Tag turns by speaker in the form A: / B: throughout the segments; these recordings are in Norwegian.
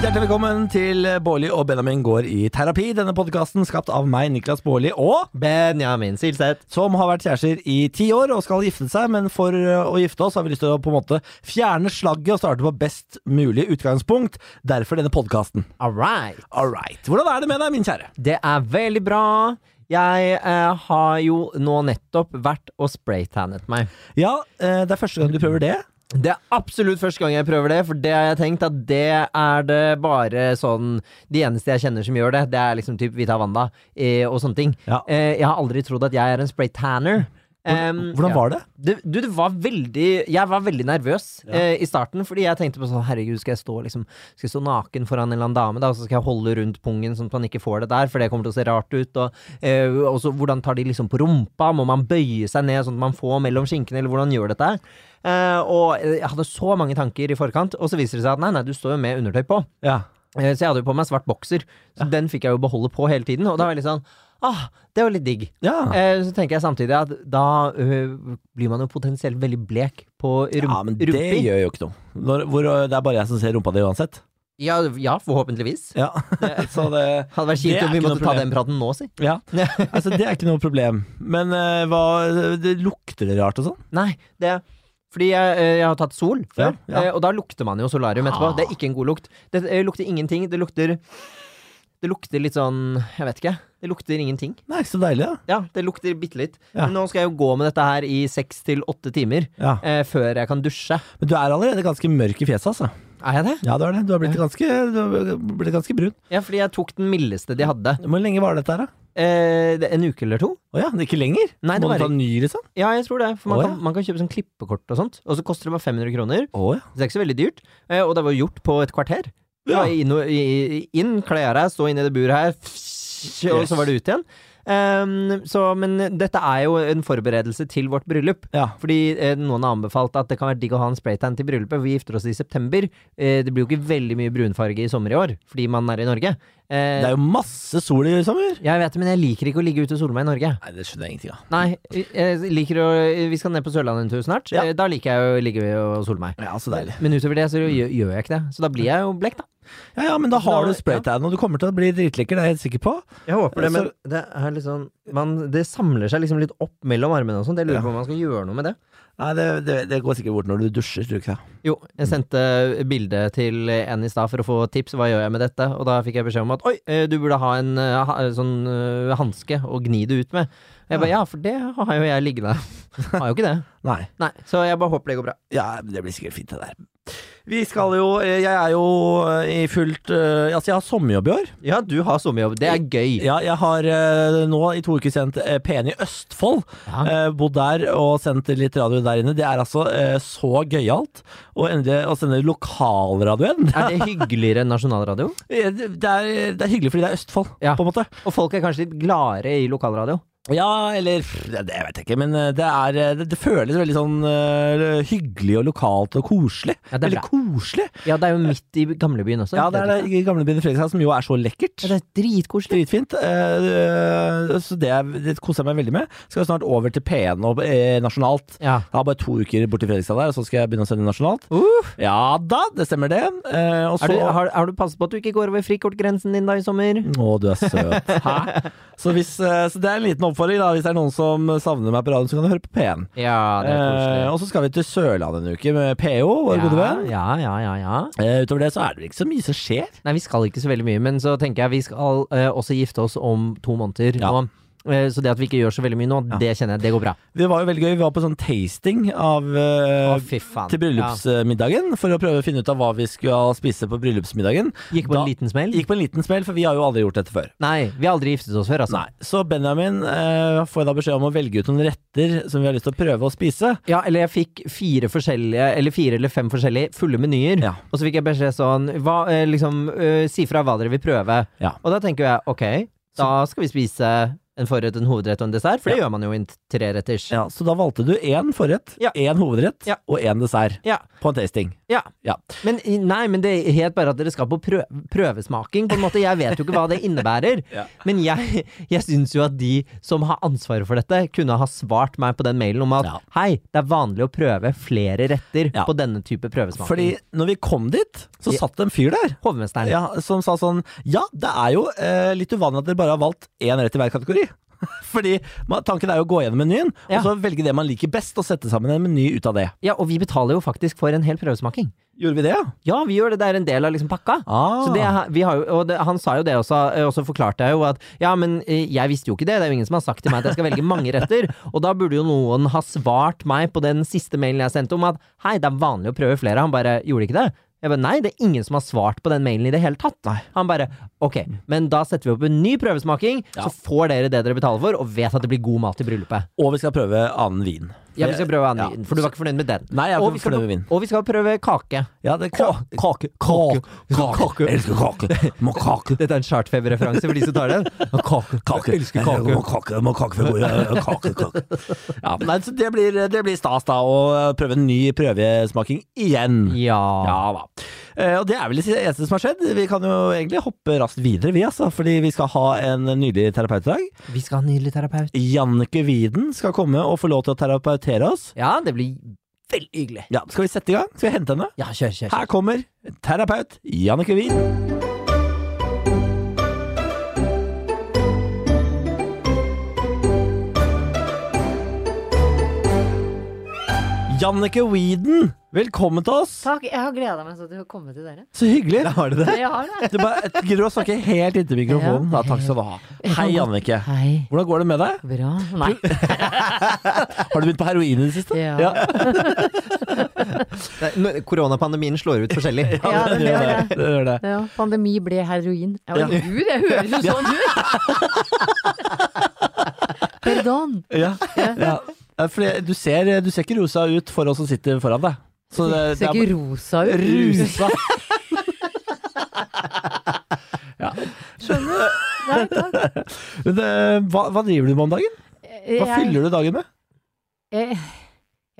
A: Hjertelig velkommen til Bårli og Benjamin går i terapi. Denne podkasten skapt av meg, Niklas Bårli, og
B: Benjamin Silseth.
A: som har vært kjærester i ti år og skal gifte seg, men for eh, å gifte oss har vi lyst til å på en måte fjerne slagget og starte på best mulig utgangspunkt. Derfor denne podkasten.
B: All right.
A: All right. Hvordan er det med deg, min kjære?
B: Det er veldig bra. Jeg eh, har jo nå nettopp vært og spraytannet meg.
A: Ja, eh, det er første gang du prøver det.
B: Det er absolutt første gang jeg prøver det, for det har jeg tenkt at det er det bare sånn De eneste jeg kjenner som gjør det, det er liksom typ Vita Wanda eh, og sånne ting.
A: Ja.
B: Eh, jeg har aldri trodd at jeg er en spraytanner.
A: Hvordan, hvordan var det?
B: Det, du, det var veldig Jeg var veldig nervøs eh, i starten, fordi jeg tenkte på sånn Herregud, skal jeg stå liksom Skal jeg stå naken foran en eller annen dame, da, og så skal jeg holde rundt pungen sånn at man ikke får det der, for det kommer til å se rart ut, og eh, og så hvordan tar de liksom på rumpa, må man bøye seg ned sånn at man får mellom skinkene, eller hvordan gjør dette her? Eh, og jeg hadde så mange tanker i forkant, og så viser det seg at nei, nei, du står jo med undertøy på.
A: Ja.
B: Eh, Så jeg hadde jo på meg svart bokser, så den fikk jeg jo beholde på hele tiden, og da var jeg litt sånn Ah, det var litt digg.
A: ja.
B: Eh, Så tenker jeg samtidig at da øh, blir man jo potensielt veldig blek på rump
A: Ja, men det
B: rumpi.
A: gjør jo ikke noe. Når, hvor, eh, det er bare jeg som ser rumpa di uansett.
B: Ja, ja, forhåpentligvis.
A: Ja, så det
B: Hadde vært
A: Det
B: kjipt
A: er
B: om
A: ikke
B: vi
A: noe
B: måtte ta
A: problem.
B: den praten nå, si.
A: Ja, altså det er ikke noe problem. Men eh, hva, det lukter det rart og sånn?
B: Nei, det fordi jeg, øh, jeg har tatt sol før,
A: Ja, ja.
B: eh, og da lukter man jo solarium
A: Ah.
B: etterpå. Det er ikke en god lukt. Det eh, lukter ingenting. Det lukter Det lukter litt sånn Jeg vet ikke. Det lukter ingenting.
A: Nei, så deilig, da.
B: Ja, det lukter bitte litt.
A: Ja.
B: Men nå skal jeg jo gå med dette her i seks til åtte timer
A: Ja.
B: eh, før jeg kan dusje.
A: Men du er allerede ganske mørk i fjeset, altså.
B: Er jeg det?
A: Ja, du er det. Du har blitt ganske, du har blitt ganske brun.
B: Ja, fordi jeg tok den mildeste de hadde.
A: Hvor lenge var dette her, da?
B: Eh, det- en uke eller to.
A: Å ja, det er ikke lenger?
B: Nei,
A: Må
B: det
A: du
B: var
A: ta en ny, liksom?
B: Ja, jeg tror det. For man,
A: Å,
B: kan, man kan kjøpe sånn klippekort og sånt. Og så koster det bare 500 kroner.
A: Å ja.
B: Så det er ikke så veldig dyrt. Eh, og det var gjort på et kvarter. Det
A: Ja.
B: var Inn, og- i- i- inn kle av deg, stå inne i det buret her, fsj, og
A: Yes.
B: så var det ut igjen. Ehm, så, men dette er jo en forberedelse til vårt bryllup.
A: Ja.
B: Fordi eh, noen har anbefalt at det kan være digg å ha en spraytan til bryllupet. Vi gifter oss i september. Eh, det blir jo ikke veldig mye brunfarge i sommer i år, fordi man er i Norge. Eh,
A: Det er jo masse sol i sommer.
B: jeg vet det, men jeg liker ikke å ligge ute og sole meg i Norge.
A: Nei, det skjønner jeg ingenting av.
B: Nei, jeg liker å Vi skal ned på Sørlandet en tur snart.
A: Ja.
B: Eh, Da liker jeg å ligge og sole meg.
A: Ja, så deilig.
B: Men utover det så gjør, gjør jeg ikke det. Så da blir jeg jo blekk, da.
A: Ja ja, men da har
B: Da-
A: du spraytan, og du kommer til å bli dritlekker, det er jeg helt sikker på.
B: Jeg håper
A: det, men
B: det er litt sånn Det samler seg liksom litt opp mellom armene og sånt. Jeg
A: lurer
B: lurer
A: Ja.
B: på om man skal gjøre noe med det.
A: Nei, det, det, det går sikkert bort når du dusjer, tror du ikke det?
B: Jo, jeg sendte bilde til en i stad for å få tips. Hva gjør jeg med dette? Og da fikk jeg beskjed om at oi, eh, du burde ha en eh, ha- sånn eh, hanske å gni det ut med. Og jeg bare ja, for det har jo jeg liggende. Har jo ikke det.
A: Nei.
B: Nei, så jeg bare håper det går bra.
A: Ja, men det blir sikkert fint, det der. Vi skal jo eh, Jeg er jo i fullt eh, Altså, jeg har sommerjobb i år.
B: Ja, du har sommerjobb. Det er gøy.
A: Ja, jeg har eh, nå i to uker sendt eh, P1 i Østfold.
B: Ja.
A: Eh, bodd der og sendt litt radio der inne. Det er altså eh, så gøyalt å, endelig- å sende lokalradioen.
B: Er det hyggeligere enn nasjonalradio?
A: Det er, det er hyggelig fordi det er Østfold,
B: Ja.
A: på en måte.
B: Og folk er kanskje litt gladere i lokalradio?
A: Ja, eller pff, det, det vet jeg ikke, men eh, det, er, eh, det, det føles veldig sånn eh, hyggelig og lokalt og koselig.
B: Ja, det er
A: veldig
B: bra.
A: koselig.
B: Ja, det er jo midt i gamlebyen også.
A: Ja, det er det i gamlebyen i Fredrikstad som jo er så
B: Ja,
A: lekkert.
B: det er dritkoselig.
A: Dritfint. Eh, eh, så det, er- det koser jeg meg veldig med. Skal snart over til P1 og eh, nasjonalt.
B: Ja.
A: Jeg har bare to uker borti Fredrikstad der, og så skal jeg begynne å sende nasjonalt.
B: Uh,
A: Ja da, det stemmer det. Eh, og så
B: er du, har, har du passet på at du ikke går over frikortgrensen din da i sommer?
A: Å, du er søt. Hæ? Så, hvis, eh, så det er en liten oppfordring, da. Hvis det er noen som savner meg på radioen, så kan du høre på P1.
B: Ja, det er
A: Eh,
B: koselig.
A: og så skal vi til Sørlandet en uke med PO, vår gode venn.
B: Ja, ja, ja, ja.
A: Eh, utover det så er det ikke så mye som skjer.
B: Nei, vi skal ikke så veldig mye, men så tenker jeg vi skal eh, også gifte oss om to måneder.
A: Ja.
B: nå. Eh, så det at vi ikke gjør så veldig mye nå,
A: Ja.
B: det kjenner jeg, det går bra.
A: Det var jo veldig gøy. Vi var på sånn tasting av
B: Å,
A: eh,
B: fy faen.
A: til bryllupsmiddagen for å prøve å finne ut av hva vi skulle spise på bryllupsmiddagen.
B: Ja. Gikk på
A: Da-
B: en liten smell?
A: Gikk på en liten smell, for vi har jo aldri gjort dette før.
B: Nei, vi har aldri giftet oss før, altså.
A: Nei, Så Benjamin eh, får da beskjed om å velge ut noen retter som vi har lyst til å prøve å spise.
B: Ja, eller jeg fikk fire forskjellige, eller fire eller fem forskjellige fulle menyer.
A: Ja.
B: Og så fikk jeg beskjed sånn hva, eh, liksom, eh, Si fra hva dere vil prøve.
A: Ja.
B: Og da tenker jeg ok, da skal vi spise en forrett, en hovedrett og en dessert, for det gjør man jo i en treretters.
A: Ja, Så da valgte du én forrett,
B: Ja.
A: én hovedrett
B: Ja.
A: og én dessert
B: Ja.
A: på en tasting.
B: Ja.
A: Ja.
B: Men, i- nei, men det het bare at dere skal på prø prøvesmaking. På en måte, Jeg vet jo ikke hva det innebærer.
A: Ja.
B: Men jeg, jeg syns jo at de som har ansvaret for dette, kunne ha svart meg på den mailen om at
A: Ja.
B: hei, det er vanlig å prøve flere retter
A: Ja.
B: på denne type prøvesmaking.
A: Fordi når vi kom dit, så satt det en fyr der
B: Hovmesteren.
A: ja, som sa sånn Ja, det er jo eh, litt uvanlig at dere bare har valgt én rett i hver kategori. Fordi man, tanken er jo å gå gjennom menyen,
B: Ja.
A: og så velge det man liker best, og sette sammen en meny ut av det.
B: Ja, og vi betaler jo faktisk for en hel prøvesmaking.
A: Gjorde vi det, ja?
B: Ja, vi gjør det. Det er en del av liksom pakka.
A: Ah.
B: Så det, er- vi har jo, og det, han sa jo det også, eh, og så forklarte jeg jo at ja, men eh, jeg visste jo ikke det, det er jo ingen som har sagt til meg at jeg skal velge mange retter, og da burde jo noen ha svart meg på den siste mailen jeg sendte om at hei, det er vanlig å prøve flere, han bare gjorde ikke det. Jeg bare, Nei, det er ingen som har svart på den mailen i det hele tatt. Han bare ok, men da setter vi opp en ny prøvesmaking,
A: Ja.
B: så får dere det dere betaler for, og vet at det blir god mat i bryllupet.
A: Og vi skal prøve annen vin.
B: Ja, vi skal prøve
A: Ja.
B: annen, for du var ikke fornøyd med den.
A: Nei, jeg er
B: og,
A: ikke
B: vi skal,
A: fornøyd med min.
B: og vi skal prøve kake.
A: Ja, det er ka- kake. Kake. Kake. Jeg elsker kake. Må kake.
B: Dette er en chartfeberreferanse for de som tar den. Kake,
A: Kake.
B: Elsker kake.
A: Må kake, må kake for gode. Kake, kake. Ja, nei, så det blir, det blir stas da å prøve en ny prøvesmaking igjen.
B: Ja.
A: Ja da. Eh, Og det er vel det eneste som har skjedd. Vi kan jo egentlig hoppe raskt videre, vi altså. Fordi vi skal ha en nydelig terapeut i dag.
B: Vi skal ha en nydelig terapeut.
A: Jannicke Widen skal komme og få lov til å terapeutere oss.
B: Ja, det blir veldig hyggelig.
A: Ja, Skal vi sette i gang? Skal vi hente henne?
B: Ja, kjør, kjør.
A: Her kommer terapeut Jannicke Widen. Jannicke Widen, velkommen til oss.
C: Takk, jeg har gleda meg sånn til å komme til dere.
A: Så hyggelig. har du det.
C: Jeg har det.
A: Du bare jeg gidder å snakke helt inntil mikrofonen. Ja, takk skal du ha. Hei, Jannicke.
C: Hei.
A: Hvordan går det med deg?
C: Bra. Nei.
A: Har du begynt på heroin i det siste?
C: Ja.
B: Nei, nå- Koronapandemien slår ut forskjellig.
C: Ja, det
A: gjør
C: gjør
A: det. det, gjør det.
C: Ja, pandemi ble heroin. Ja,
A: Ja.
C: men Gud, jeg høres jo sånn ut! Pardon.
A: Ja. Ja. Ja, fordi du, ser, du ser ikke rosa ut for oss som sitter foran deg. Så det,
C: Ser ikke rosa ut.
A: rusa.
C: Skjønner. Nei, takk.
A: Men det, hva, hva driver du med om dagen? Hva fyller du dagen med?
C: Jeg,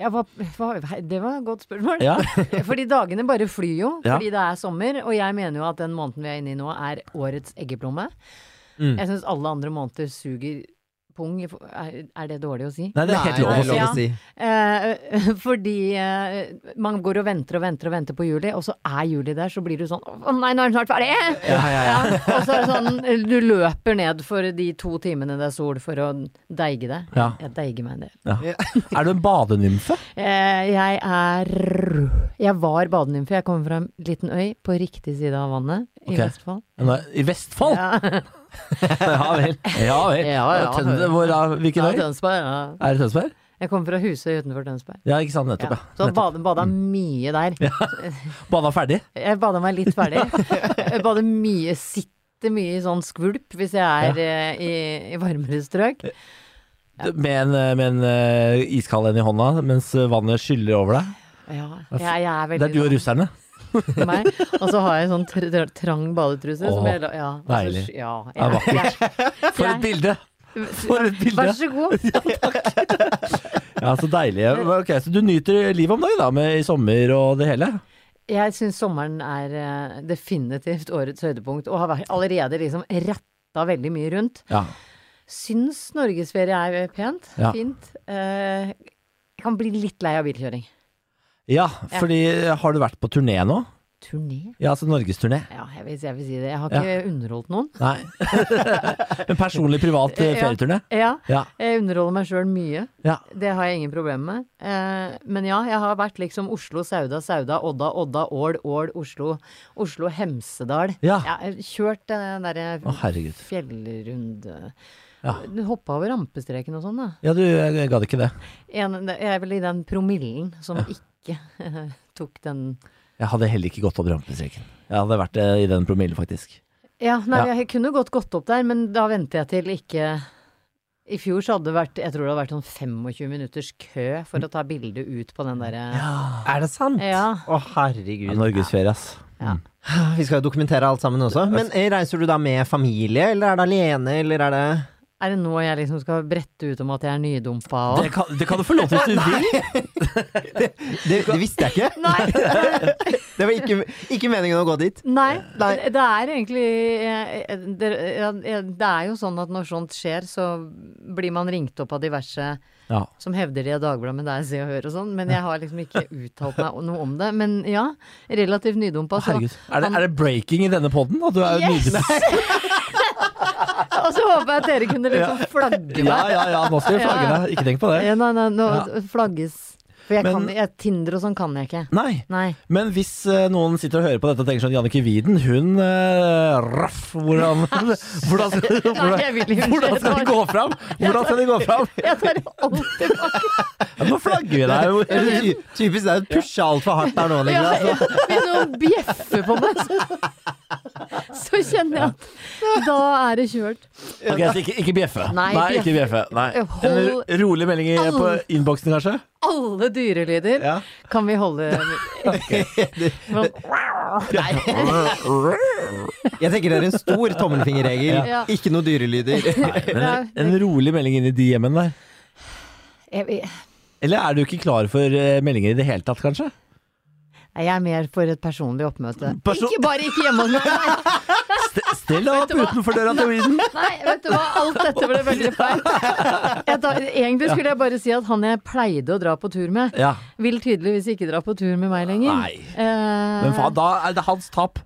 C: jeg var, hva- det var et godt spørsmål.
A: Ja.
C: Fordi dagene bare flyr jo,
A: Ja.
C: fordi det er sommer. Og jeg mener jo at den måneden vi er inne i nå, er årets eggeplomme.
B: Mm.
C: Jeg syns alle andre måneder suger pung. i for- Er er det dårlig å si?
A: Nei, det er helt lov.
C: nei,
A: å si.
C: ja.
B: si.
C: Eh, fordi eh, man går og venter og venter og venter på juli, og så er juli der, så blir du sånn Å nei, nå er den snart ferdig!
B: Ja, ja, ja.
C: Ja, og så er det sånn, du løper ned for de to timene det er sol for å deige det.
A: Ja.
C: Jeg deiger meg en del.
A: Er du en badenymfe?
C: Eh, jeg er Jeg var badenymfe. Jeg kommer fra en liten øy på riktig side av vannet
A: Ok.
C: i Vestfold.
A: Nei, I Vestfold?
C: Ja.
A: Ja vel. Ja, vel.
C: Ja, ja.
A: Tønde, hvor, er- hvilken
C: Ja,
A: øy?
C: Tønsberg. Ja.
A: Er det Tønsberg?
C: Jeg kommer fra Husøy utenfor Tønsberg.
A: Ja, ikke sant. Nettopp, Mm.
C: Ja.
A: ja.
C: Så bada, bada mye der.
A: Bada ferdig?
C: Jeg bader meg litt ferdig. Jeg bader mye, sitter mye i sånn skvulp hvis jeg er eh, i, i varmere strøk.
A: Med en, med en eh, iskald en i hånda mens vannet skyller over deg.
C: Ja, jeg, jeg er
A: Det er
C: veldig
A: du og russerne.
C: glad i meg. Og så har jeg en sånn tr tr trang badetruse. som
A: Åh,
C: jeg, la- ja, og så-
A: deilig.
C: Ja,
A: er
C: jeg,
A: For et bilde! For et bilde!
C: Vær så god.
A: Ja, Så deilig. Ok, Så du nyter livet om dagen da, med i sommer og det hele?
C: Jeg syns sommeren er eh, definitivt årets høydepunkt, og har vært- allerede liksom retta veldig mye rundt.
A: Ja.
C: Syns norgesferie er pent,
A: Ja.
C: fint. Eh, jeg kan bli litt lei av bilkjøring.
A: ja, fordi eh, har du vært på turné nå?
C: Turné?
A: Ja, altså norgesturné.
C: Ja, jeg vil, jeg vil si det. Jeg har
A: Ja.
C: ikke underholdt noen.
A: Nei. en personlig, privat eh,
C: Ja.
A: ferieturné?
C: Ja,
A: Ja.
C: jeg underholder meg sjøl mye.
A: Ja.
C: Det har jeg ingen problemer med. Eh, men ja, jeg har vært liksom Oslo, Sauda, Sauda, Odda, Odda, Ål, Ål, Oslo. Oslo, Hemsedal.
A: Ja.
C: Jeg har kjørt den derre
A: Å, herregud.
C: fjellrunde
A: Ja.
C: Du hoppa over rampestreken og sånn, da.
A: Ja, du jeg jeg gadd ikke det.
C: En, jeg er vel i den promillen som ikke eh, tok den
A: Jeg hadde heller ikke gått opp rampestreken. Jeg hadde vært eh, i den promillen, faktisk.
C: Ja, nei,
A: Ja.
C: jeg kunne godt gått opp der, men da venter jeg til ikke I fjor så hadde det vært Jeg tror det hadde vært sånn 25 minutters kø for å ta bilde ut på den derre ja.
B: Er det sant?
C: Ja.
B: Å,
A: Ja,
B: herregud.
A: Norgesferie, ass.
B: Vi skal jo dokumentere alt sammen også. Men eh, reiser du da med familie, eller er det alene, eller er det
C: Er det nå jeg liksom skal brette ut om at jeg er nydumpa og
A: Det kan, det kan du få lov til hvis du vil.
B: Det, det visste jeg ikke.
C: Nei,
B: Det var ikke, ikke meningen å gå dit.
C: nei,
B: Nei.
C: det er egentlig eh, eh, det, ja, eh, det er jo sånn at når sånt skjer, så blir man ringt opp av diverse
A: Ja.
C: som hevder de er Dagbladet, men det er Se og Hør og sånn. Men jeg har liksom ikke uttalt meg noe om det. Men ja, relativt altså. nydumpa.
A: Å,
C: Så,
A: herregud. Er det, er det breaking i denne poden? At du er
C: Yes!
A: nydelig?
C: og så håper jeg at dere kunne liksom flagge
A: Ja,
C: meg.
A: ja, ja, nå skal vi flagge
C: Ja.
A: deg. Ikke tenk på det.
C: Ja, nei, nei, nå
A: Ja.
C: flagges. For jeg
A: Men-
C: kan jeg, Tinder og sånn kan jeg ikke.
A: Nei.
C: Nei.
A: Men hvis eh, noen sitter og hører på dette og tenker sånn Jannicke Widen, hun eh, raff hvordan, hvordan, skal-
C: Nei,
A: hvordan,
C: jeg vil ikke
A: hvordan skal de gå fram? Hvordan skal de gå fram?
C: Jeg tar alt tilbake.
A: Ja, nå flagger vi deg.
B: Ty- Typisk det er å pushe altfor hardt der nå. liksom.
C: Ja,
A: altså.
B: Niklas.
C: ja. Hvis noen bjeffer på meg, så, så kjenner jeg at da er det kjørt.
A: Ok, så ikke, ikke bjeffe.
C: Nei,
A: ikke bjeffe. Eh, Nei. En
C: Hold-
A: ro- rolig melding i- på innboksen, kanskje?
C: Alle dyrelyder
A: Ja.
C: kan vi holde Men-
B: Jeg tenker det er en stor tommelfingerregel.
C: Ja.
B: Ikke noe dyrelyder.
A: Men en, en rolig melding inn i DM-en der.
C: Jeg, jeg-
A: Eller er du ikke klar for eh, meldinger i det hele tatt, kanskje?
C: Nei, jeg er mer for et personlig oppmøte.
A: Person-
C: Ikke bare ikke hjemme hos meg! Nei,
A: St- Still deg opp utenfor døra til Widen.
C: nei, vet du hva, alt dette ble veldig feil. Jeg tar, egentlig skulle jeg bare si at han jeg pleide å dra på tur med,
A: Ja.
C: vil tydeligvis ikke dra på tur med meg lenger.
A: Nei.
C: Eh,
A: Men faen, da er det hans tap.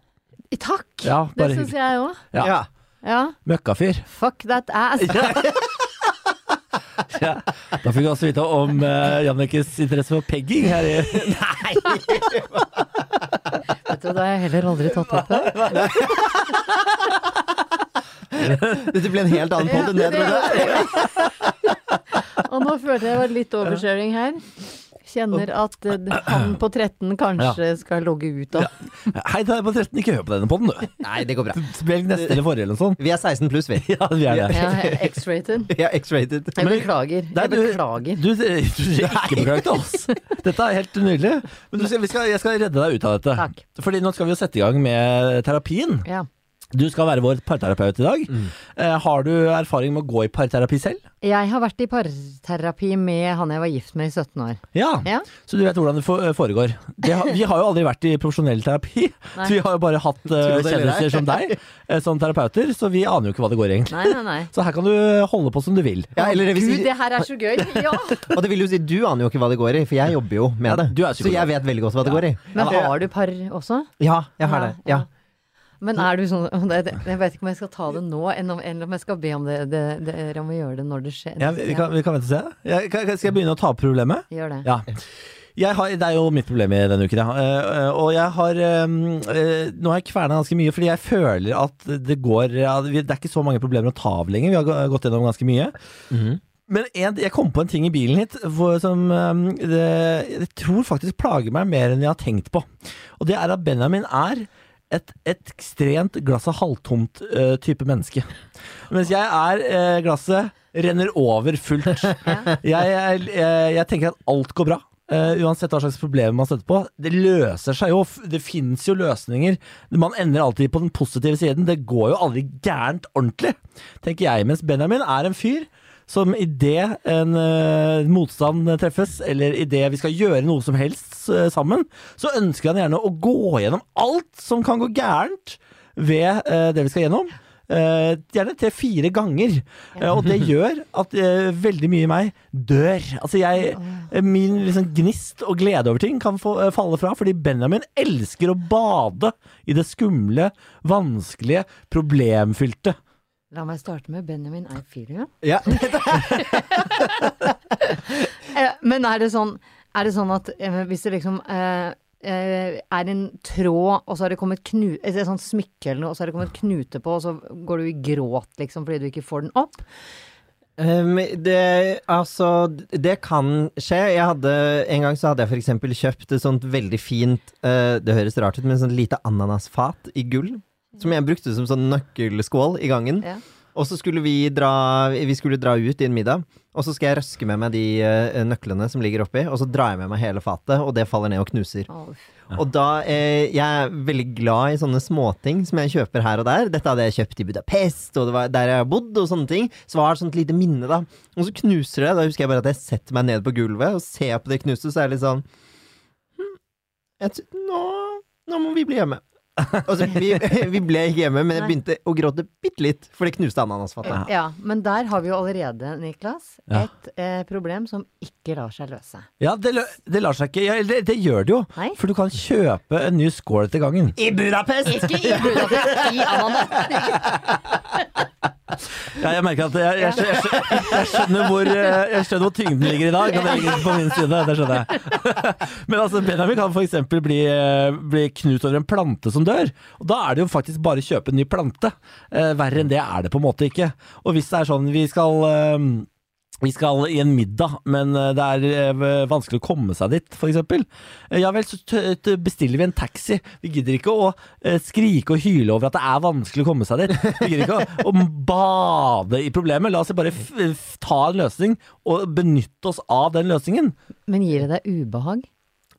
C: Takk!
A: Ja, bare
C: det syns
A: hyggelig.
C: jeg òg.
A: Ja.
B: Ja.
C: Ja.
A: Møkkafyr.
C: Fuck that ass.
A: Ja. Da fikk vi også vite om uh, Jannikes interesse for pegging her i
C: Vet du, det har jeg heller aldri tatt opp før.
B: Dette ble en helt annen podd enn det jeg trodde.
C: Og nå følte jeg var litt oversharing her. Kjenner at eh, han på 13 kanskje skal logge ut av
A: Hei til deg på 13, ikke hør på denne podden, du.
B: Nei, det går bra.
A: Velg neste eller forrige eller noe sånt.
B: Vi er 16 pluss, vi.
A: Ja, vi er det.
C: ja, X-rated.
B: Vi er X-rated.
C: Jeg beklager.
A: Nei,
C: Jeg
A: du-
C: beklager.
A: Du, du, trenger ikke beklage til oss. Dette er helt nydelig. Men du skal, vi skal, jeg skal redde deg ut av dette.
C: Takk.
A: Fordi nå skal vi jo sette i gang med terapien.
C: Ja.
A: Du skal være vår parterapeut i dag.
C: Mm.
A: Eh, har du erfaring med å gå i parterapi selv?
C: Jeg har vært i parterapi med han jeg var gift med i 17 år.
A: Ja.
C: Ja.
A: Så du vet hvordan det for- foregår. Det har, vi har jo aldri vært i profesjonell terapi.
C: Nei.
A: Så vi har jo bare hatt eh,
B: Tro det eller ei.
A: kjendiser som deg eh, som terapeuter, så vi aner jo ikke hva det går i egentlig.
C: Nei, nei, nei.
A: Så her kan du holde på som du vil.
B: Ja, eller det vil
C: Gud,
B: si,
C: det her er så gøy! Ja!
B: og det vil jo si, du aner jo ikke hva det går i, for jeg jobber jo med det.
A: du er
B: så
A: psykolog.
B: jeg vet veldig godt hva det går i.
C: Men har du par også?
B: Ja, jeg har det. Ja.
C: Men er du sånn og det, det, Jeg vet ikke om jeg skal ta det nå, enn om, eller om jeg skal be om det, det, det, eller om å gjøre det når det skjer.
A: Ja, vi, vi, kan, vi kan vente og se. Jeg, kan, skal jeg begynne å ta opp problemet?
C: Ja, Gjør det.
A: Ja. Jeg har, det er jo mitt problem i denne uken, ja. Eh, eh, Og jeg har eh, eh, Nå har jeg kverna ganske mye, fordi jeg føler at det går ja, vi- Det er ikke så mange problemer å ta av lenger. Vi har gå- gått gjennom ganske mye.
B: Mhm.
A: Men en, jeg kom på en ting i bilen hit hvor, som eh, det, jeg tror faktisk plager meg mer enn jeg har tenkt på. Og det er at Benjamin er et, et ekstremt glass av halvtomt eh, type menneske. Mens jeg er eh, glasset renner over fullt. jeg, jeg, jeg, jeg tenker at alt går bra. Eh, uansett hva slags problemer man støtter på. Det løser seg jo. F- Det fins jo løsninger. Man ender alltid på den positive siden. Det går jo aldri gærent ordentlig, tenker jeg. Mens Benjamin er en fyr som idet en eh, motstand treffes, eller idet vi skal gjøre noe som helst eh, sammen, så ønsker han gjerne å gå gjennom alt som kan gå gærent ved eh, det vi skal gjennom. Eh, gjerne tre-fire ganger. Eh, og det gjør at eh, veldig mye i meg dør. Altså jeg, eh, min liksom gnist og glede over ting kan få, eh, falle fra, fordi Benjamin elsker å bade i det skumle, vanskelige, problemfylte.
C: La meg starte med Benjamin I feel you.
B: Ja.
C: Eh, men er det sånn, er det sånn at eh, hvis det liksom eh, eh, er en tråd, og så har det kommet knu, et sånt smykke eller noe, og så har det kommet knute på, og så går du i gråt liksom fordi du ikke får den opp?
B: Um, det, altså, det kan skje. Jeg hadde, en gang så hadde jeg for eksempel kjøpt et sånt veldig fint, eh, det høres rart ut, men sånn lite ananasfat i gull. Som jeg brukte som sånn nøkkelskål i gangen.
C: Ja.
B: Og så skulle vi dra, vi skulle dra ut i en middag, og så skal jeg røske med meg de eh, nøklene som ligger oppi, og så drar jeg med meg hele fatet, og det faller ned og knuser.
C: Å,
B: Og da eh, Jeg er veldig glad i sånne småting som jeg kjøper her og der. Dette hadde jeg kjøpt i Budapest, og det var der jeg har bodd, og sånne ting. Så var det et sånt lite minne, da. Og så knuser det. Da husker jeg bare at jeg setter meg ned på gulvet og ser på det knuste, så er jeg litt sånn «Hm, jeg tror- nå, nå må vi bli hjemme. Altså, vi, vi ble ikke hjemme, men jeg
C: Nei.
B: begynte å gråte bitte litt, for det knuste ananasfatet.
C: Ja. men der har vi jo allerede, Niklas,
A: Ja.
C: et eh, problem som ikke lar seg løse.
A: Ja, det, lø- det lar seg ikke ja, eller det, det gjør det jo.
C: Nei.
A: For du kan kjøpe en ny skål til gangen.
B: I Budapest!
C: Ikke i Budapest, i Amanda.
A: Ja, jeg merker at jeg, jeg, skjø- jeg, skjø- jeg, skjønner hvor, eh, jeg skjønner hvor tyngden ligger i dag, og det ligger på min side. Det skjønner jeg. Men altså, Benjamin kan f.eks. Bli, eh, bli knut over en plante som dør. Og Da er det jo faktisk bare å kjøpe en ny plante. Eh, Verre enn det er det på en måte ikke. Og hvis det er sånn vi skal eh, vi skal i en middag, men eh, det er eh, vanskelig å komme seg dit, f.eks. Ja vel, så t- t- bestiller vi en taxi. Vi gidder ikke å eh, skrike og hyle over at det er vanskelig å komme seg dit. Vi gidder ikke å, å bade i problemet. La oss bare f f ta en løsning og benytte oss av den løsningen.
C: Men gir det deg ubehag?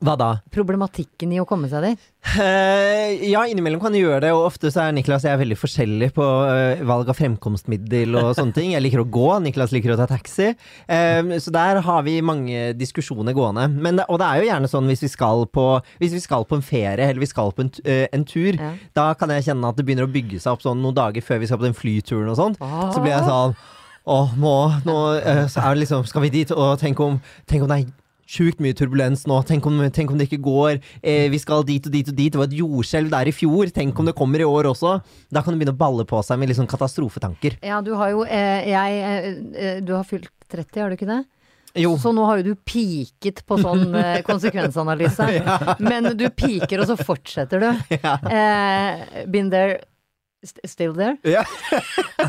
B: Hva da?
C: Problematikken i å komme seg dit?
B: Eh, ja, innimellom kan de gjøre det, og ofte så er Niklas og jeg veldig forskjellige på eh, valg av fremkomstmiddel og sånne ting. Jeg liker å gå, Niklas liker å ta taxi. Eh, så der har vi mange diskusjoner gående. Men, det- og det er jo gjerne sånn hvis vi skal på, hvis vi skal på en ferie eller vi skal på en, t- eh, en tur,
C: Ja.
B: da kan jeg kjenne at det begynner å bygge seg opp sånn noen dager før vi skal på den flyturen og sånn. Så blir jeg sånn Åh, nå, nå eh, så er det liksom Skal vi dit? Og tenk om, tenk om det er sjukt mye turbulens nå. Tenk om, tenk om det ikke går. Eh, vi skal dit og dit og dit. Det var et jordskjelv der i fjor. Tenk om det kommer i år også. Da kan det begynne å balle på seg med litt sånn katastrofetanker.
C: Ja, du har jo eh, jeg eh, eh, Du har fylt 30, har du ikke det?
B: Jo.
C: Så nå har jo du piket på sånn eh, konsekvensanalyse. Men du piker, og så fortsetter du. Eh, been there, st still there.
B: Ja.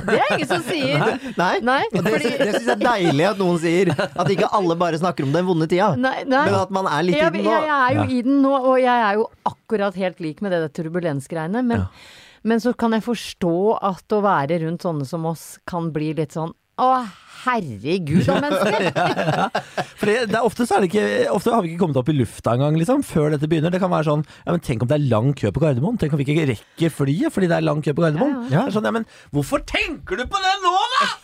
C: Det er ingen som sier.
B: Nei.
C: Nei,
B: Og det,
C: fordi
B: det syns jeg er deilig at noen sier. At ikke alle bare snakker om den vonde tida.
C: Nei, nei.
B: Men at man er litt i
C: Jeg,
B: den nå.
C: jeg er jo
A: Ja.
C: i den nå, og jeg er jo akkurat helt lik med det der turbulensgreiene. Men, men så kan jeg forstå at å være rundt sånne som oss kan bli litt sånn Å, herregud, da, mennesker!
A: For det, det er ofte, så er det ikke, ofte har vi ikke kommet opp i lufta engang liksom, før dette begynner. Det kan være sånn ja, men Tenk om det er lang kø på Gardermoen? Tenk om vi ikke rekker flyet fordi det er lang kø på Gardermoen? Det
B: Ja.
A: er sånn, ja, men Hvorfor tenker du på det nå, da?!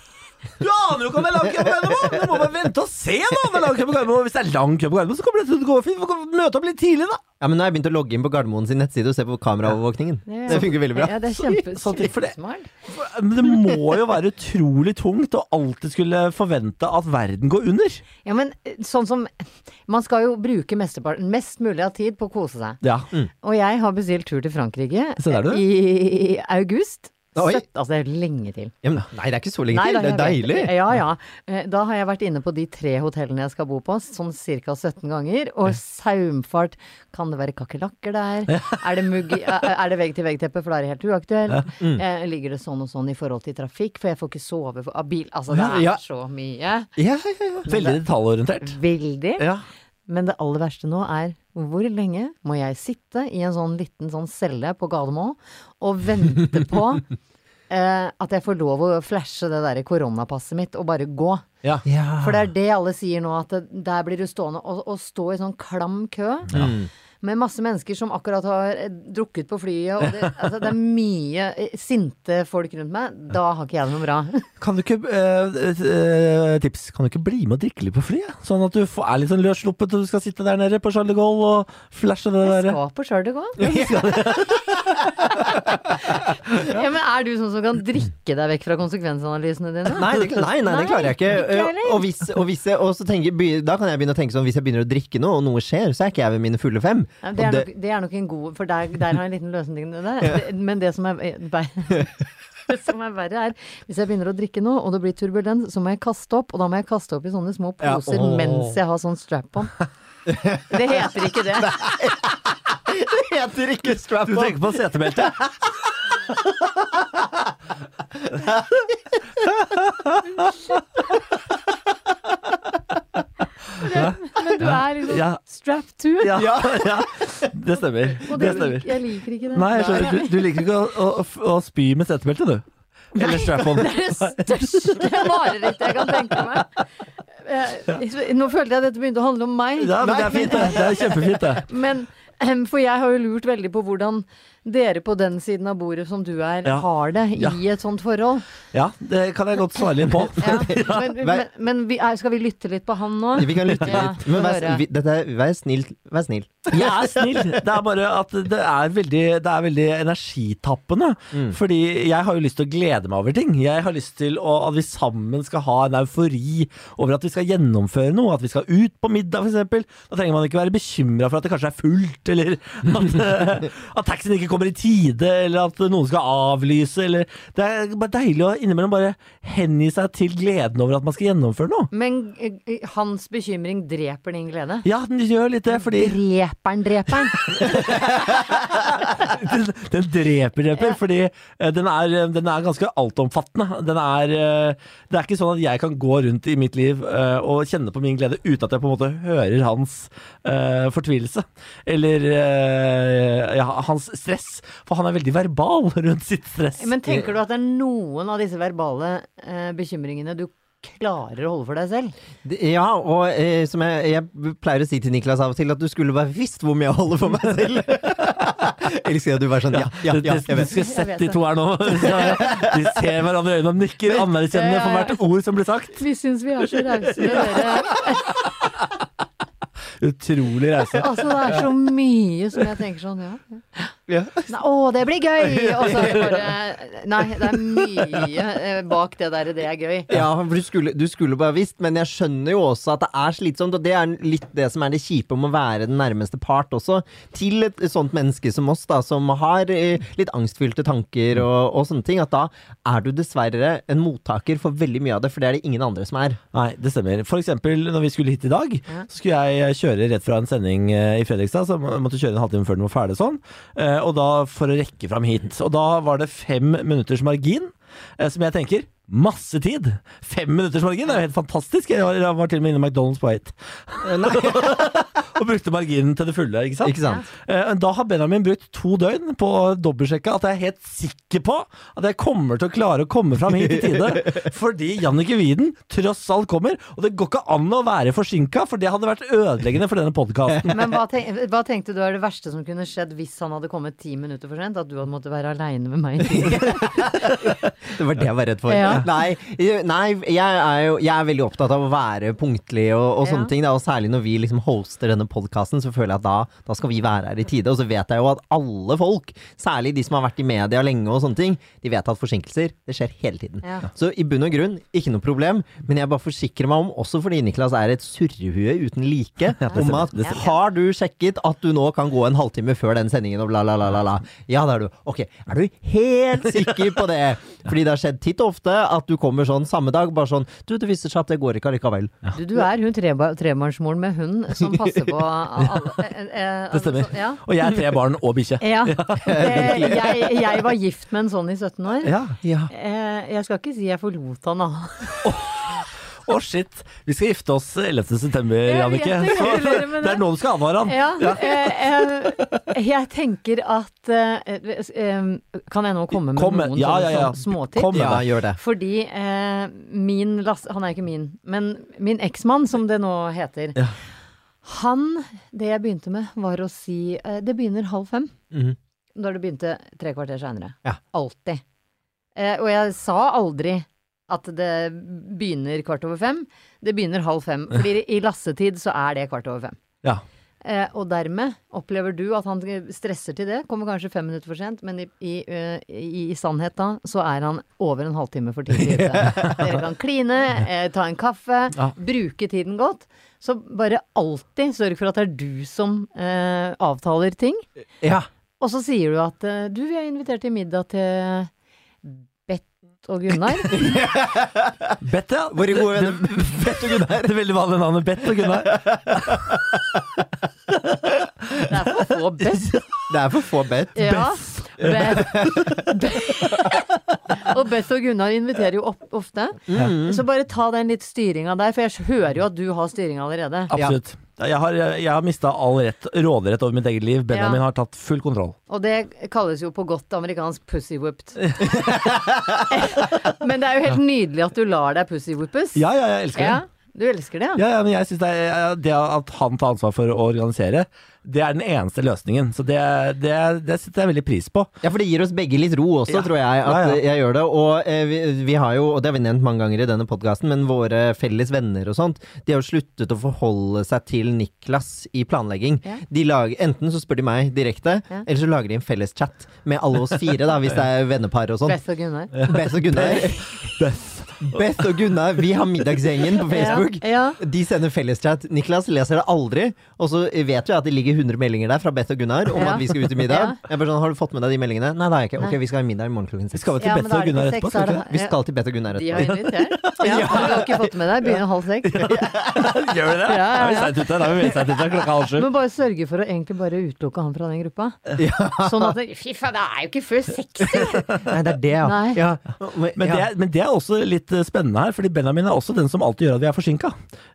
A: Du aner jo ikke om det er lang kø på Gardermoen! Du må bare vente og se nå om det er lang kø på Gardermoen. Hvis det er lang kø på Gardermoen, så kommer det til å gå fint. Vi får møte opp litt tidlig, da.
B: Ja, men nå har jeg begynt å logge inn på Gardermoen sin nettside og se på kameraovervåkningen.
C: Ja.
B: Det funker veldig bra.
C: Ja, det er kjempe,
A: Sånn ting for det.
C: kjempesmart.
A: For- Men det må jo være utrolig tungt å alltid skulle forvente at verden går under.
C: Ja, men eh, sånn som Man skal jo bruke mesteparten, mest mulig av tid på å kose seg.
A: Ja.
C: Og jeg har bestilt tur til Frankrike
A: Se der, du.
C: eh, i august.
B: Oi.
C: Søtt, altså det er lenge til.
B: Ja, men, nei, det er ikke så lenge
C: Nei,
B: til.
C: da,
B: Det er
C: jeg vet
B: deilig.
C: det. Ja, ja. Eh, Da har jeg vært inne på de tre hotellene jeg skal bo på, sånn ca. 17 ganger. Og saumfart. Kan det være kakerlakker der? Er det, mugg, er det vegg-til-vegg-teppe, for da er det helt uaktuelt?
B: Mm.
C: Eh, Ligger det sånn og sånn i forhold til trafikk, for jeg får ikke sove for, av bil? Altså, det
B: Ja.
C: er så mye.
B: Ja, ja, ja.
A: Veldig detaljorientert.
C: Veldig.
A: Ja.
C: Men det aller verste nå er hvor lenge må jeg sitte i en sånn liten sånn celle på Gardermoen og vente på eh, at jeg får lov å flashe det der koronapasset mitt og bare gå?
A: ja.
B: Ja.
C: For det er det alle sier nå, at det, der blir du stående og, og stå i sånn klam kø. Med masse mennesker som akkurat har eh, drukket på flyet, og det, altså, det er mye eh, sinte folk rundt meg. Da har ikke jeg det noe bra.
A: Kan du ikke eh, eh, Tips. Kan du ikke bli med og drikke litt på flyet? Sånn at du får- er litt sånn løssluppet og du skal sitte der nede på Charles de Gaulle og flashe det
C: Jeg
A: der.
C: skal på sjøl det går. ja, men er du sånn som kan drikke deg vekk fra konsekvensanalysene dine?
B: Nei, det, nei, nei, det
C: Nei,
B: klarer jeg ikke. Eh,
C: ikke jeg heller.
B: og hvis, og hvis jeg, og så tenker, be- da kan jeg begynne å tenke sånn Hvis jeg begynner å drikke noe, og noe skjer, så er ikke jeg ved mine fulle fem.
C: Ja, Det
B: Og
C: er, nok, det er nok en god For der, der har jeg en liten løsning til det. Det- Men det som er ver- det som er verre, er hvis jeg begynner å drikke noe og det blir turbulens, så må jeg kaste opp. Og da må jeg kaste opp i sånne små
B: Ja,
C: poser
B: åh.
C: mens jeg har sånn strap-on. Det heter ikke det.
B: det heter ikke strap
A: Du tenker på setebeltet?
C: Men du er liksom
A: Ja.
C: strap to.
A: Ja, ja. Det stemmer. Det
C: Og det
A: stemmer.
C: lik, jeg liker ikke det.
A: Nei, jeg skjønner. Du, du liker ikke å, å, å spy med setebeltet, du. Eller strap-on.
C: Det er det største marerittet jeg kan tenke meg. Eh, Nå følte jeg at dette begynte å handle om meg.
A: Ja, men det er fint, det. Det er kjempefint, det.
C: Men ehm, for jeg har jo lurt veldig på hvordan dere på den siden av bordet som du er,
A: Ja.
C: har det i
A: Ja.
C: et sånt forhold.
A: Ja, det kan jeg godt svare litt på.
C: Ja. Men, men, men vi er, skal vi lytte litt på han nå?
B: Vi kan lytte
C: Ja,
B: litt. Men
C: få
B: vær,
C: høre.
B: vi, dette, er- vær snill. Vær snill.
A: Jeg er snill. Det er bare at det er veldig, det er veldig energitappende. Fordi jeg har jo lyst til å glede meg over ting. Jeg har lyst til å, at vi sammen skal ha en eufori over at vi skal gjennomføre noe. At vi skal ut på middag, f.eks. Da trenger man ikke være bekymra for at det kanskje er fullt, eller at, eh, at taxien ikke kommer i tide, eller at noen skal avlyse, eller Det er bare deilig å innimellom bare hengi seg til gleden over at man skal gjennomføre noe.
C: Men eh, hans bekymring dreper din glede?
A: Ja, den gjør litt det, fordi
C: Dreperen, dreperen.
A: den, den dreper dreper, fordi eh, den er, eh, den er ganske altomfattende. Den er, eh, det er ikke sånn at jeg kan gå rundt i mitt liv eh, og kjenne på min glede uten at jeg på en måte hører hans eh, fortvilelse. Eller eh, ja, hans stress. For han er veldig verbal rundt sitt stress.
C: Men tenker du at det er noen av disse verbale eh, bekymringene du klarer å holde for deg selv?
B: Det- Ja, og eh, som jeg, jeg pleier å si til Niklas av og til, at du skulle bare visst hvor mye jeg holder for meg selv. Elsker at du bare sånn ja, ja, ja, jeg
A: du
B: vet.
A: skulle
C: Jeg
A: sett
C: vet
A: de
C: det.
A: to her nå. De ser hverandre i øynene og nikker anerkjennende for hvert ord som blir sagt.
C: Vi syns vi er så rause med dere.
A: Utrolig reise.
C: Altså, det er så mye som jeg tenker sånn, ja.
B: Ja.
C: Nei, å, det blir gøy! Og så er det bare Nei, det er mye eh, bak det der det er gøy.
B: Ja, for du skulle, du skulle bare visst, men jeg skjønner jo også at det er slitsomt, og det er litt det som er det kjipe om å være den nærmeste part også, til et sånt menneske som oss, da, som har eh, litt angstfylte tanker og, og sånne ting, at da er du dessverre en mottaker for veldig mye av det, for det er det ingen andre som er.
A: Nei, det stemmer. For eksempel når vi skulle hit i dag,
C: Ja.
A: så skulle jeg eh, kjøre rett fra en sending eh, i Fredrikstad, så jeg måtte kjøre en halvtime før den var ferdig sånn, eh, og da for å rekke fram hit. Og da var det fem minutters margin, eh, som jeg tenker Masse tid! Fem minutters margin er jo helt fantastisk. Jeg var, jeg var til og med inne i McDonald's på vei hit og brukte marginen til det fulle. ikke sant?
B: Ikke sant?
A: Eh, Da har Benjamin brukt to døgn på å dobbeltsjekke at jeg er helt sikker på at jeg kommer til å klare å komme fram hit i tide. Fordi Jannicke Wieden tross alt kommer. Og det går ikke an å være forsinka, for det hadde vært ødeleggende for denne podkasten.
C: Men hva, tenk, hva tenkte du er det verste som kunne skjedd hvis han hadde kommet ti minutter for sent? At du hadde måttet være aleine med meg?
B: Det var det jeg var redd for.
C: Ja.
B: Nei, eh, nei jeg, er jo, jeg er veldig opptatt av å være punktlig og, og
C: Ja.
B: sånne ting. Da, og særlig når vi liksom hoster denne podkasten, så føler jeg at da, da skal vi være her i tide. Og så vet jeg jo at alle folk, særlig de som har vært i media lenge og sånne ting, de vet at forsinkelser, det skjer hele tiden.
C: Ja.
B: Så i bunn og grunn, ikke noe problem. Men jeg bare forsikrer meg om, også fordi Niklas er et surrehue uten like, om at
A: det stemmer.
B: har du sjekket at du nå kan gå en halvtime før den sendingen og bla, bla, bla, bla, bla. Ja, det er du. Ok, er du helt sikker på det? Fordi det har skjedd titt og ofte at du kommer sånn samme dag, bare sånn Du, det viser seg at det går ikke allikevel.
C: Du, du er hun treba- trebarnsmoren med hund som passer på alle eh, eh,
A: Det stemmer.
C: altså, Ja.
A: Og jeg er tre barn og bikkje.
C: ja. Eh, Jeg, jeg var gift med en sånn i 17 år.
A: Ja.
B: Ja.
C: Eh, Jeg skal ikke si jeg forlot han, da.
A: Å, shit. Vi skal gifte oss 11. september,
C: Jeg vet
A: Jannicke.
C: det,
A: Så
C: gratulerer med
A: Det er
C: det.
A: nå du skal advare han.
C: Ja, eh, eh, jeg tenker at eh, eh, Kan jeg nå komme med
A: Kom med-
C: noen
A: ja,
C: sånne
A: ja, ja.
C: sånn småtips?
A: Kom med
B: Ja,
A: det.
B: gjør det.
C: Fordi eh, min last, Han er jo ikke min, men min eksmann, som det nå heter.
A: Ja.
C: Han Det jeg begynte med, var å si eh, Det begynner halv fem.
B: Mhm.
C: Da det begynte tre kvarter seinere.
B: Ja.
C: Alltid. Eh, og jeg sa aldri at det begynner kvart over fem. Det begynner halv fem. Fordi i lassetid så er det kvart over fem.
A: Ja.
C: Eh, og dermed opplever du at han stresser til det. Kommer kanskje fem minutter for sent, men i, i, eh, i, i sannhet da, så er han over en halvtime for tidlig ute. Dere kan kline, eh, ta en kaffe,
A: Ja.
C: bruke tiden godt. Så bare alltid sørg for at det er du som eh, avtaler ting.
B: Ja.
C: Og så sier du at eh, du, vi er invitert til middag til Bett og Gunnar.
A: Bett, ja.
B: Våre gode
A: Det- det-
B: venner Bett og Gunnar.
A: Det er veldig vanlige navnet Bett og Gunnar.
C: Det er for få Bett.
B: Det er for få bedt.
C: Ja. Beth. og Beth og Gunnar inviterer jo opp ofte. Så bare ta den litt styringa der, for jeg hører jo at du har styring allerede.
A: Absolutt. Jeg har, jeg har mista all rett, råderett over mitt eget liv. Benjamin har tatt full kontroll.
C: Og det kalles jo på godt amerikansk pussy whipped. Men det er jo helt nydelig at du lar deg pussy whippes.
A: Ja, ja, jeg elsker det.
C: Ja, du elsker det, ja.
A: Ja, ja, men jeg synes det, er, det at han tar ansvar for å organisere, det er den eneste løsningen. Så det, det, det setter jeg veldig pris på.
B: Ja, for det gir oss begge litt ro også,
A: Ja.
B: tror jeg. At
A: Ja, ja.
B: eh, jeg gjør det. Og eh, vi, vi har jo, og det har vi nevnt mange ganger i denne podkasten, men våre felles venner og sånt, de har jo sluttet å forholde seg til Niklas i planlegging.
C: Ja.
B: De lager, enten så spør de meg direkte,
C: Ja.
B: eller så lager de en felles chat med alle oss fire, da, hvis det er vennepar og sånn.
C: Beth og Gunnar.
B: Beth og Gunnar. Beth og Gunnar, vi har middagsgjengen på Facebook.
C: Ja, ja.
B: De sender felleschat. Niklas leser det aldri. Og så vet vi at det ligger 100 meldinger der fra Beth og Gunnar om
C: Ja.
B: at vi skal ut i
C: Ja.
B: middag. Jeg er bare sånn, Har du fått med deg de meldingene? Nei, det har jeg ikke. Ok, vi skal ha middag i morgen klokken seks.
A: Skal vi til
C: Ja, men
A: Bette
C: da er
A: og
C: det
A: Gunnar
C: ikke
A: etterpå?
C: sex, er
A: Skal vi
C: det-
A: ikke?
B: Vi skal til Beth og Gunnar
C: De har
B: etterpå.
C: invitert. Ja, du har ikke fått med deg. Begynner halv seks.
A: Gjør vi det? Da
C: Ja, ja,
A: er vi
C: ja.
A: sent ute. Da er vi veldig sent ute klokka halv sju.
C: Men bare sørge for å egentlig bare utelukke han fra den gruppa. Sånn at det- Fy faen, det er jo ikke før seks, jo!
B: Nei, det er det, ja.
C: Nei.
B: ja.
A: Men det,
B: ja.
A: er- men det er også litt eh, spennende her, fordi Benjamin er også den som alltid gjør at vi er forsinka.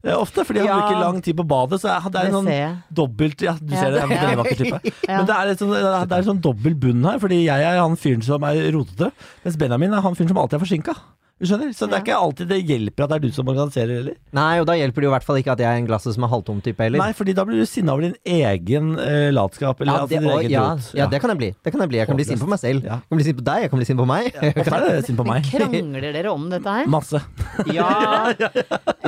A: Eh, Ofte, fordi han
B: Ja.
A: bruker lang tid på badet. Så er, det er
C: Det
A: en
C: ser
A: sånn
C: jeg.
A: dobbelt Ja, du
C: Ja.
A: ser det. Jeg er
C: Ja.
A: veldig vakker type.
C: Ja.
A: Men det er litt sånn, det er en sånn dobbel bunn her, fordi jeg er han fyren som er rotete, mens Benjamin er han fyren som alltid er forsinka. Du skjønner? Så det er ikke alltid det hjelper at det er du som organiserer heller.
B: Nei, og da hjelper det jo i hvert fall ikke at jeg er en glasset som er halvtom type heller.
A: Nei, fordi da blir du sinna over din egen eh, latskap. Eller
B: Ja,
A: altså
B: det,
A: din
B: og,
A: egen
B: ja,
A: rot.
B: ja, det kan jeg bli. Det kan Jeg bli Jeg kan bli sint på meg selv.
A: Ja.
B: Jeg kan bli sint på deg, jeg kan bli sint på meg. Jeg
A: Ofte
B: kan...
A: er det synd på
C: Men
A: meg.
C: krangler dere om dette her?
A: Masse.
B: Ja.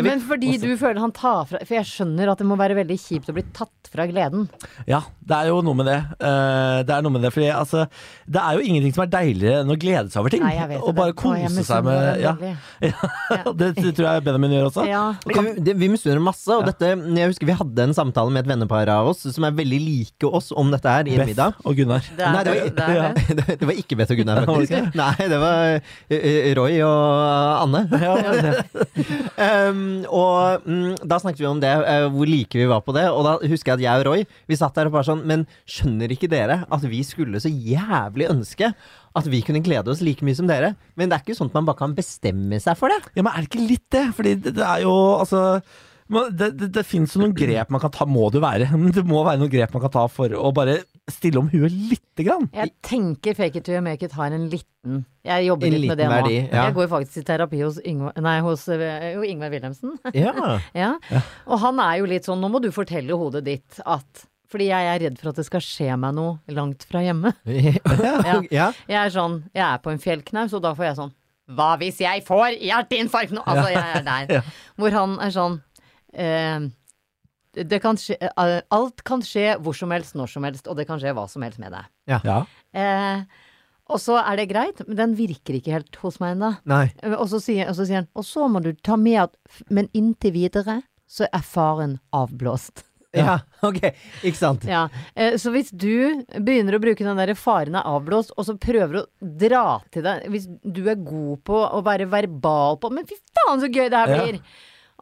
C: Men fordi du føler han tar fra For jeg skjønner at det må være veldig kjipt å bli tatt fra gleden.
A: Ja, det er jo noe med det. Eh, det er noe med det, fordi altså Det er jo ingenting som er deiligere enn å glede seg over ting.
C: Nei, jeg vet
A: og bare
C: det. Å, jeg
A: kose seg
C: misunner
A: med
C: deg
A: ja.
C: veldig.
A: det, det tror jeg Benjamin gjør også.
C: Ja.
B: Vi, det, vi misunner dem masse, og dette, jeg husker vi hadde en samtale med et vennepar av oss som er veldig like oss om dette her i en middag.
A: Beth og Gunnar.
C: Det er,
B: Nei, det
C: det,
B: var,
C: det er det.
B: det. det var ikke Beth og Gunnar,
A: Var det
B: faktisk. Nei, det var eh, Roy og Anne. um, og mm, da snakket vi om det, eh, hvor like vi var på det. Og da husker jeg at jeg og Roy Vi satt der og bare sånn Men skjønner ikke dere at vi skulle så jævlig ønske at vi kunne glede oss like mye som dere? Men det er ikke sånn at man bare kan bestemme seg for det.
A: Ja, men er det ikke litt det? Fordi det, det er jo altså man- det, det, det finnes jo noen grep man kan ta, må det jo være. Men Det må være noen grep man kan ta for å bare stille om huet lite grann.
C: Jeg tenker fake it till you make it har en liten Jeg jobber
B: En
C: litt med
B: liten
C: det nå.
B: verdi, ja.
C: Jeg går faktisk i terapi hos Yngvar, nei, hos, eh, jo, Yngvar Wilhelmsen.
B: Ja
C: Ja. Og han er jo litt sånn Nå må du fortelle hodet ditt at Fordi jeg er redd for at det skal skje meg noe langt fra hjemme.
B: ja. ja.
C: Jeg er sånn Jeg er på en fjellknaus, og da får jeg sånn Hva hvis jeg får hjerteinfarkt nå? Altså, jeg er der. Hvor han er sånn eh, det kan skje, eh, alt kan skje hvor som helst, når som helst, og det kan skje hva som helst med deg.
A: Ja.
C: Eh, og så er det greit, men den virker ikke helt hos meg ennå.
B: Nei.
C: Eh, Og så sier, og så sier han Og så må du ta med at f- Men inntil videre så er faren avblåst.
B: Ja, ok. Ikke sant?
C: Ja. Eh, så hvis du begynner å bruke den derre faren er avblåst, og så prøver å dra til deg Hvis du er god på å være verbal på Men fy faen, så gøy det her
A: Ja.
C: blir!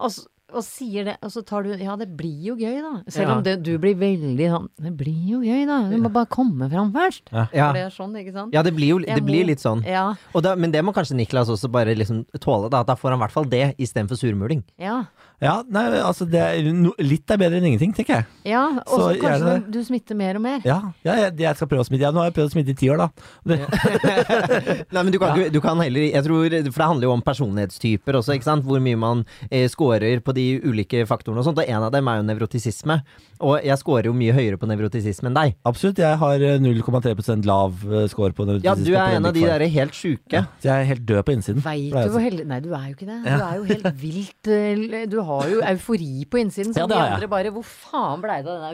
C: Og, så, og sier det, og så tar du Ja, det blir jo gøy, da. Selv
B: Ja.
C: om det, du blir veldig sånn Det blir jo gøy, da. Du må bare komme fram først.
B: Ja,
C: For det er sånn, ikke sant?
B: ja det, blir jo, det
C: Jeg
B: blir
C: må-
B: litt sånn.
C: Ja.
B: Og da, men det må kanskje Niklas også bare liksom tåle. Da, da får han i hvert fall det istedenfor surmuling.
C: ja.
A: Ja, nei, altså det er, no, Litt er bedre enn ingenting, tenker jeg.
C: Ja, og så
A: Så
C: kanskje
A: gjerne-
C: du, du smitter mer og mer.
A: Ja, ja jeg, jeg skal prøve å smitte. Ja, nå har jeg prøvd å smitte i ti år, da. Det,
B: Nei, men du kan, ikke, du kan heller jeg tror, For det handler jo om personlighetstyper også, ikke sant? Hvor mye man eh, scorer på de ulike faktorene og sånt. Og en av dem er jo nevrotisisme. Og jeg scorer jo mye høyere på nevrotisisme enn deg.
A: Absolutt. Jeg har eh, 0,3 lav eh, score på den.
B: Ja, du er en av de der helt sjuke.
A: Så jeg er helt død på innsiden.
C: Veit
A: pleier
C: du
A: jeg å
C: hvor
A: si.
C: heldig Nei, du er jo ikke det. Du er jo helt vilt eh, Du har jo eufori på
A: Ja,
C: innsiden, som
A: det
C: de
A: har jeg.
C: andre bare Hvor faen blei det av den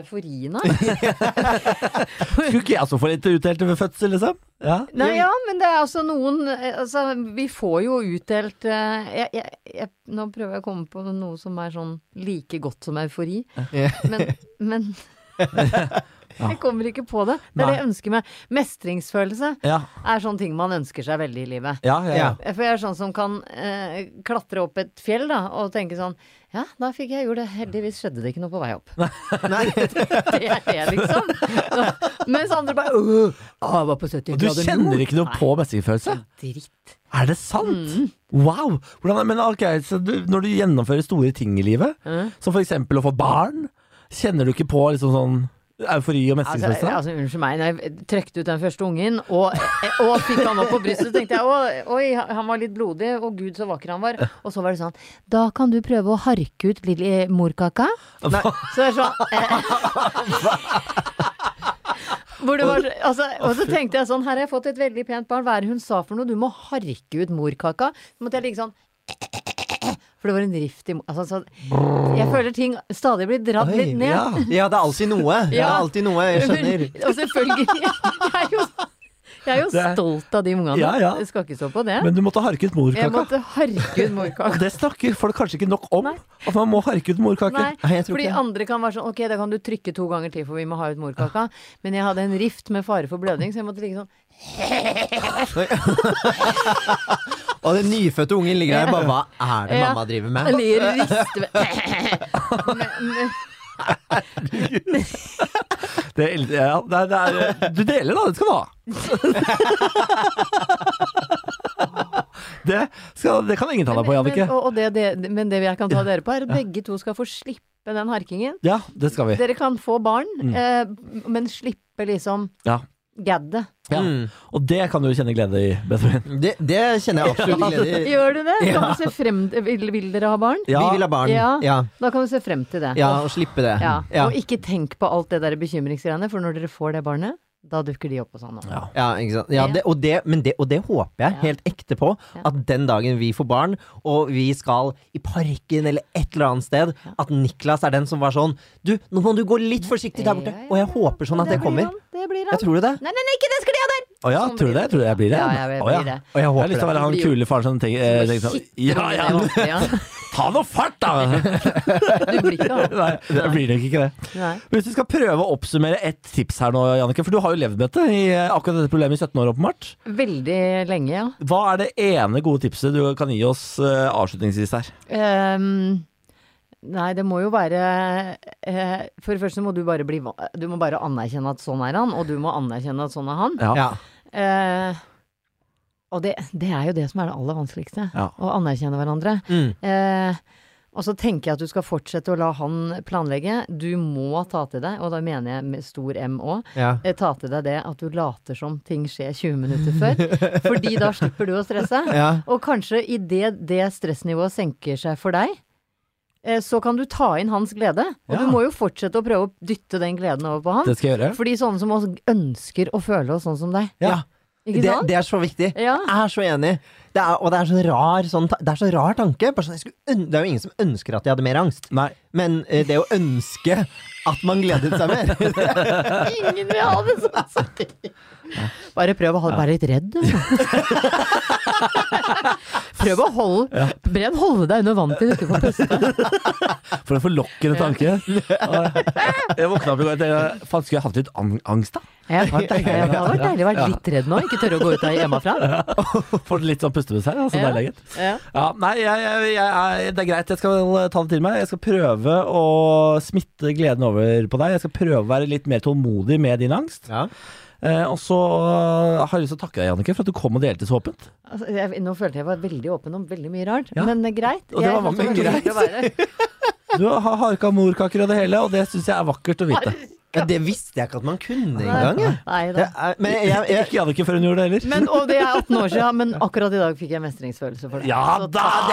C: euforien av?
A: Skulle ikke jeg også få litt utdelt ved fødsel, liksom? Ja.
C: Nei, ja, men det er altså noen eh, Altså, vi får jo utdelt eh, jeg, jeg, jeg, Nå prøver jeg å komme på noe som er sånn like godt som eufori, men, men jeg kommer ikke på det. Det er det jeg ønsker meg. Mestringsfølelse
A: Ja,
C: er sånne ting man ønsker seg veldig i livet.
A: ja, ja, ja.
B: Ja.
C: For jeg er sånn som kan eh, klatre opp et fjell da, og tenke sånn Ja, da fikk jeg gjort det. Heldigvis skjedde det ikke noe på vei opp.
B: Nei.
C: Det er det, liksom. Så- Mens andre bare «Åh, Å, jeg var på 70
A: Og du kjenner ikke noe på mestringsfølelse?
C: Dritt.
A: Er det sant? Wow! Hvordan, men ok, så du, Når du gjennomfører store ting i livet, som for eksempel å få barn, Kjenner du ikke på liksom sånn eufori og
C: Altså,
A: mestringsfølelse?
C: altså, unnskyld meg, når jeg trøkte ut den første ungen og, og fikk han opp på brystet, så tenkte jeg «Å, oi, han var litt blodig, og gud så vakker han var. Og så var det sånn, da kan du prøve å harke ut lille morkaka.
B: Nei,
C: Så det er sånn eh, Hvor det var, så- altså, og så tenkte jeg sånn, her har jeg fått et veldig pent barn, hva er det hun sa for noe? Du må harke ut morkaka. Så måtte jeg ligge sånn For det var en rift i mo- altså, så, Jeg føler ting stadig blir dratt
B: Oi,
C: litt ned.
B: ja. ja, det er alltid noe. Det er
C: Ja.
B: alltid noe, jeg skjønner.
C: Og selvfølgelig. Jeg er jo, jeg er jo
A: Det er-
C: stolt av de ungene.
A: Ja, ja.
C: Jeg skal ikke stå på det.
A: Men du måtte harke ut
C: jeg
A: morkaka.
C: måtte harke
A: Og
C: ut morkaka.
A: det snakker folk kanskje ikke nok om.
C: Nei.
A: At man må harke ut morkake.
C: Nei,
B: Nei, jeg tror
C: fordi
B: ikke det.
C: andre kan være sånn Ok, da kan du trykke to ganger til, for vi må ha ut morkaka. Men jeg hadde en rift med fare for blødning, så jeg måtte ligge sånn.
B: Og den nyfødte ungen ligger der og bare Hva er det
C: Ja.
B: mamma driver med?
C: Jeg ligger og rister med Men- men-
A: Det, er- ja, det, er- det er, du deler, da. Det skal du ha. det, skal, det kan ingen ta deg på, Jannicke.
C: Men, og, og det, det, men det jeg kan ta dere på, er at begge to skal få slippe den harkingen.
A: Ja, det skal vi.
C: Dere kan få barn,
B: Mm.
C: eh, men slippe liksom
A: Ja.
C: gaddet.
A: Ja.
B: Mm.
A: Og det kan du kjenne glede i, Benjamin.
B: Det, det kjenner jeg absolutt glede i.
C: Gjør du det? Kan
B: Ja.
C: du se frem, vil, vil dere ha barn?
A: Ja,
B: Vi vil ha barn.
C: Ja.
B: Ja,
C: Da kan du se frem til det.
B: ja og slippe det.
C: Ja.
B: Ja.
C: Og ikke tenk på alt det der bekymringsgreiene, for når dere får det barnet, da dukker de opp og sånn.
A: Ja.
B: Ja, ikke sant? Ja, det, og, det, men det, og det håper jeg
C: Ja.
B: helt ekte på.
C: Ja.
B: At den dagen vi får barn, og vi skal i parken eller et eller annet sted, at Niklas er den som var sånn Du, nå må du gå litt forsiktig der borte!
C: Ja, ja,
B: Og jeg håper sånn at det kommer.
C: Det blir
B: Jeg
C: han.
B: tror du det?
C: Nei, nei, nei, ikke det skal de ha der!
A: Å ja,
C: Sånn
A: tror du det? Tror du jeg blir det?
C: Ja, jeg
A: Å
B: Og jeg
C: blir det.
A: Jeg har
B: håper
A: lyst til å
B: det.
A: være han
C: Det blir jo-
A: kule faren som tenker, eh,
C: Bare
A: tenker sånn
C: shit,
A: Ja ja,
C: det var- ja.
A: ta noe fart, da!
C: Du blir ikke han.
A: Nei, det blir nok ikke det.
C: Nei.
A: Hvis du skal prøve å oppsummere et tips her nå, Jannicke, for du har jo levd med dette i eh, akkurat dette problemet i 17 år, åpenbart.
C: Veldig lenge, ja.
A: Hva er det ene gode tipset du kan gi oss eh, avslutningsvis her?
C: Ehm, nei, det må jo være eh, For det første må du bare bli va- Du må bare anerkjenne at sånn er han, og du må anerkjenne at sånn er han.
A: Ja.
B: Ja.
C: Eh, og det, det er jo det som er det aller vanskeligste.
A: Ja.
C: Å anerkjenne hverandre.
B: Mm.
C: Eh, og så tenker jeg at du skal fortsette å la han planlegge. Du må ta til deg, og da mener jeg med stor M òg,
B: Ja.
C: eh, ta til deg det at du later som ting skjer 20 minutter før. fordi da slipper du å stresse.
B: ja.
C: Og kanskje idet det stressnivået senker seg for deg, eh, så kan du ta inn hans glede. Og
A: Ja.
C: du må jo fortsette å prøve å dytte den gleden over på han.
A: Det skal jeg gjøre.
C: Fordi sånne som oss ønsker å føle oss sånn som deg.
B: ja.
C: Ikke
B: Det,
C: sant?
B: det er så viktig.
C: Ja.
B: Jeg er så enig. Det er, og det er så rar, sånn, ta- det er så rar tanke. Bare sånn, jeg skulle, øn- det er jo ingen som ønsker at de hadde mer angst.
A: Nei.
B: Men eh, det å ønske at man gledet seg mer
C: Ingen vil ha det sånn som deg. Bare prøv å holde, være litt redd, du. prøv å holde, prøv å holde deg under vann til du ikke får puste.
A: For en forlokkende tanke. Jeg våkna opp i går og tenkte faen, skulle jeg hatt litt ang- angst, da?
C: Jeg har vært deilig- jeg har vært deilig å være litt redd nå, ikke tørre å gå ut av hjemmefra.
A: Får litt sånn pustebesvær. Altså,
C: Ja.
A: deilig, gitt.
C: Ja.
A: Ja, nei, jeg, jeg, jeg, er- det er greit. Jeg skal ta det til meg. Jeg skal prøve å smitte gleden over på deg. Jeg skal prøve å være litt mer tålmodig med din angst.
B: ja.
A: Eh, og så eh, har jeg lyst til å takke deg, Jannicke, for at du kom og delte så åpent.
C: Altså, jeg, nå følte jeg var veldig åpen om veldig mye rart,
A: Ja.
C: men eh, greit.
A: Og det
C: Jeg
A: var
C: måtte
A: mange
C: være flink til å være-
A: Du har harka morkaker og det hele, og det syns jeg er vakkert å vite.
B: Ja, det visste jeg ikke at man kunne engang. jeg.
C: Nei
B: Det
C: da.
B: er- Men jeg, jeg, jeg,
A: Ikke Jannicke før hun gjorde det heller.
C: Men, og det er 18 år siden, men akkurat i dag fikk jeg mestringsfølelse for det.
A: Ja
C: Så
A: da!
C: takk.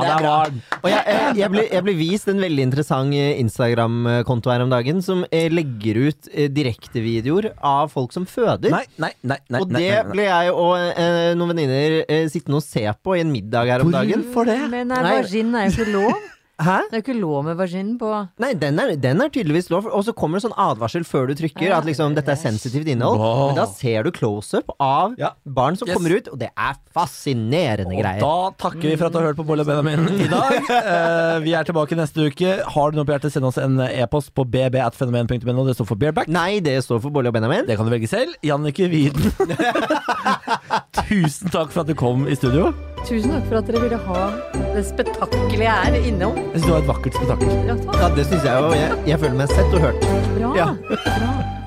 A: Der var den.
B: Og jeg, jeg, jeg, ble, jeg ble vist en veldig interessant eh, Instagram-konto her om dagen, som eh, legger ut eh, direktevideoer av folk som føder.
A: Nei, nei, nei. nei,
B: og
A: nei,
B: det
A: nei, nei.
B: ble jeg og eh, noen venninner eh, sittende og se på i en middag her om dagen.
A: Hvorfor det?
C: Men nei,
B: Nei.
C: vagin er jo ikke lov.
B: Hæ?
C: Det er jo ikke lov med vagin på
B: Nei, den er, den er tydeligvis lov. Og så kommer det sånn advarsel før du trykker at liksom, dette er sensitivt innhold.
A: Wow.
B: Men da ser du close-up av
A: Ja.
B: barn som
A: Yes.
B: kommer ut, og det er fascinerende
A: Og
B: greier.
A: da takker vi for at du har hørt på Bolle og Benjamin i dag. Eh, vi er tilbake neste uke. Har du noe på hjertet, send oss en e-post på bb.fenomen.no. Det står for Bearback.
B: Nei, det står for Bolle og Benjamin.
A: Det kan du velge selv. Jannicke Widen. Tusen takk for at du kom i studio.
C: Tusen takk for at dere ville ha det spetakkelet jeg er innom.
A: Jeg syns det var et vakkert spetakkel.
C: Ja, takk.
B: Ja, det syns jeg jo. Jeg, jeg føler meg sett og hørt.
C: Bra.
B: Ja.
C: Bra.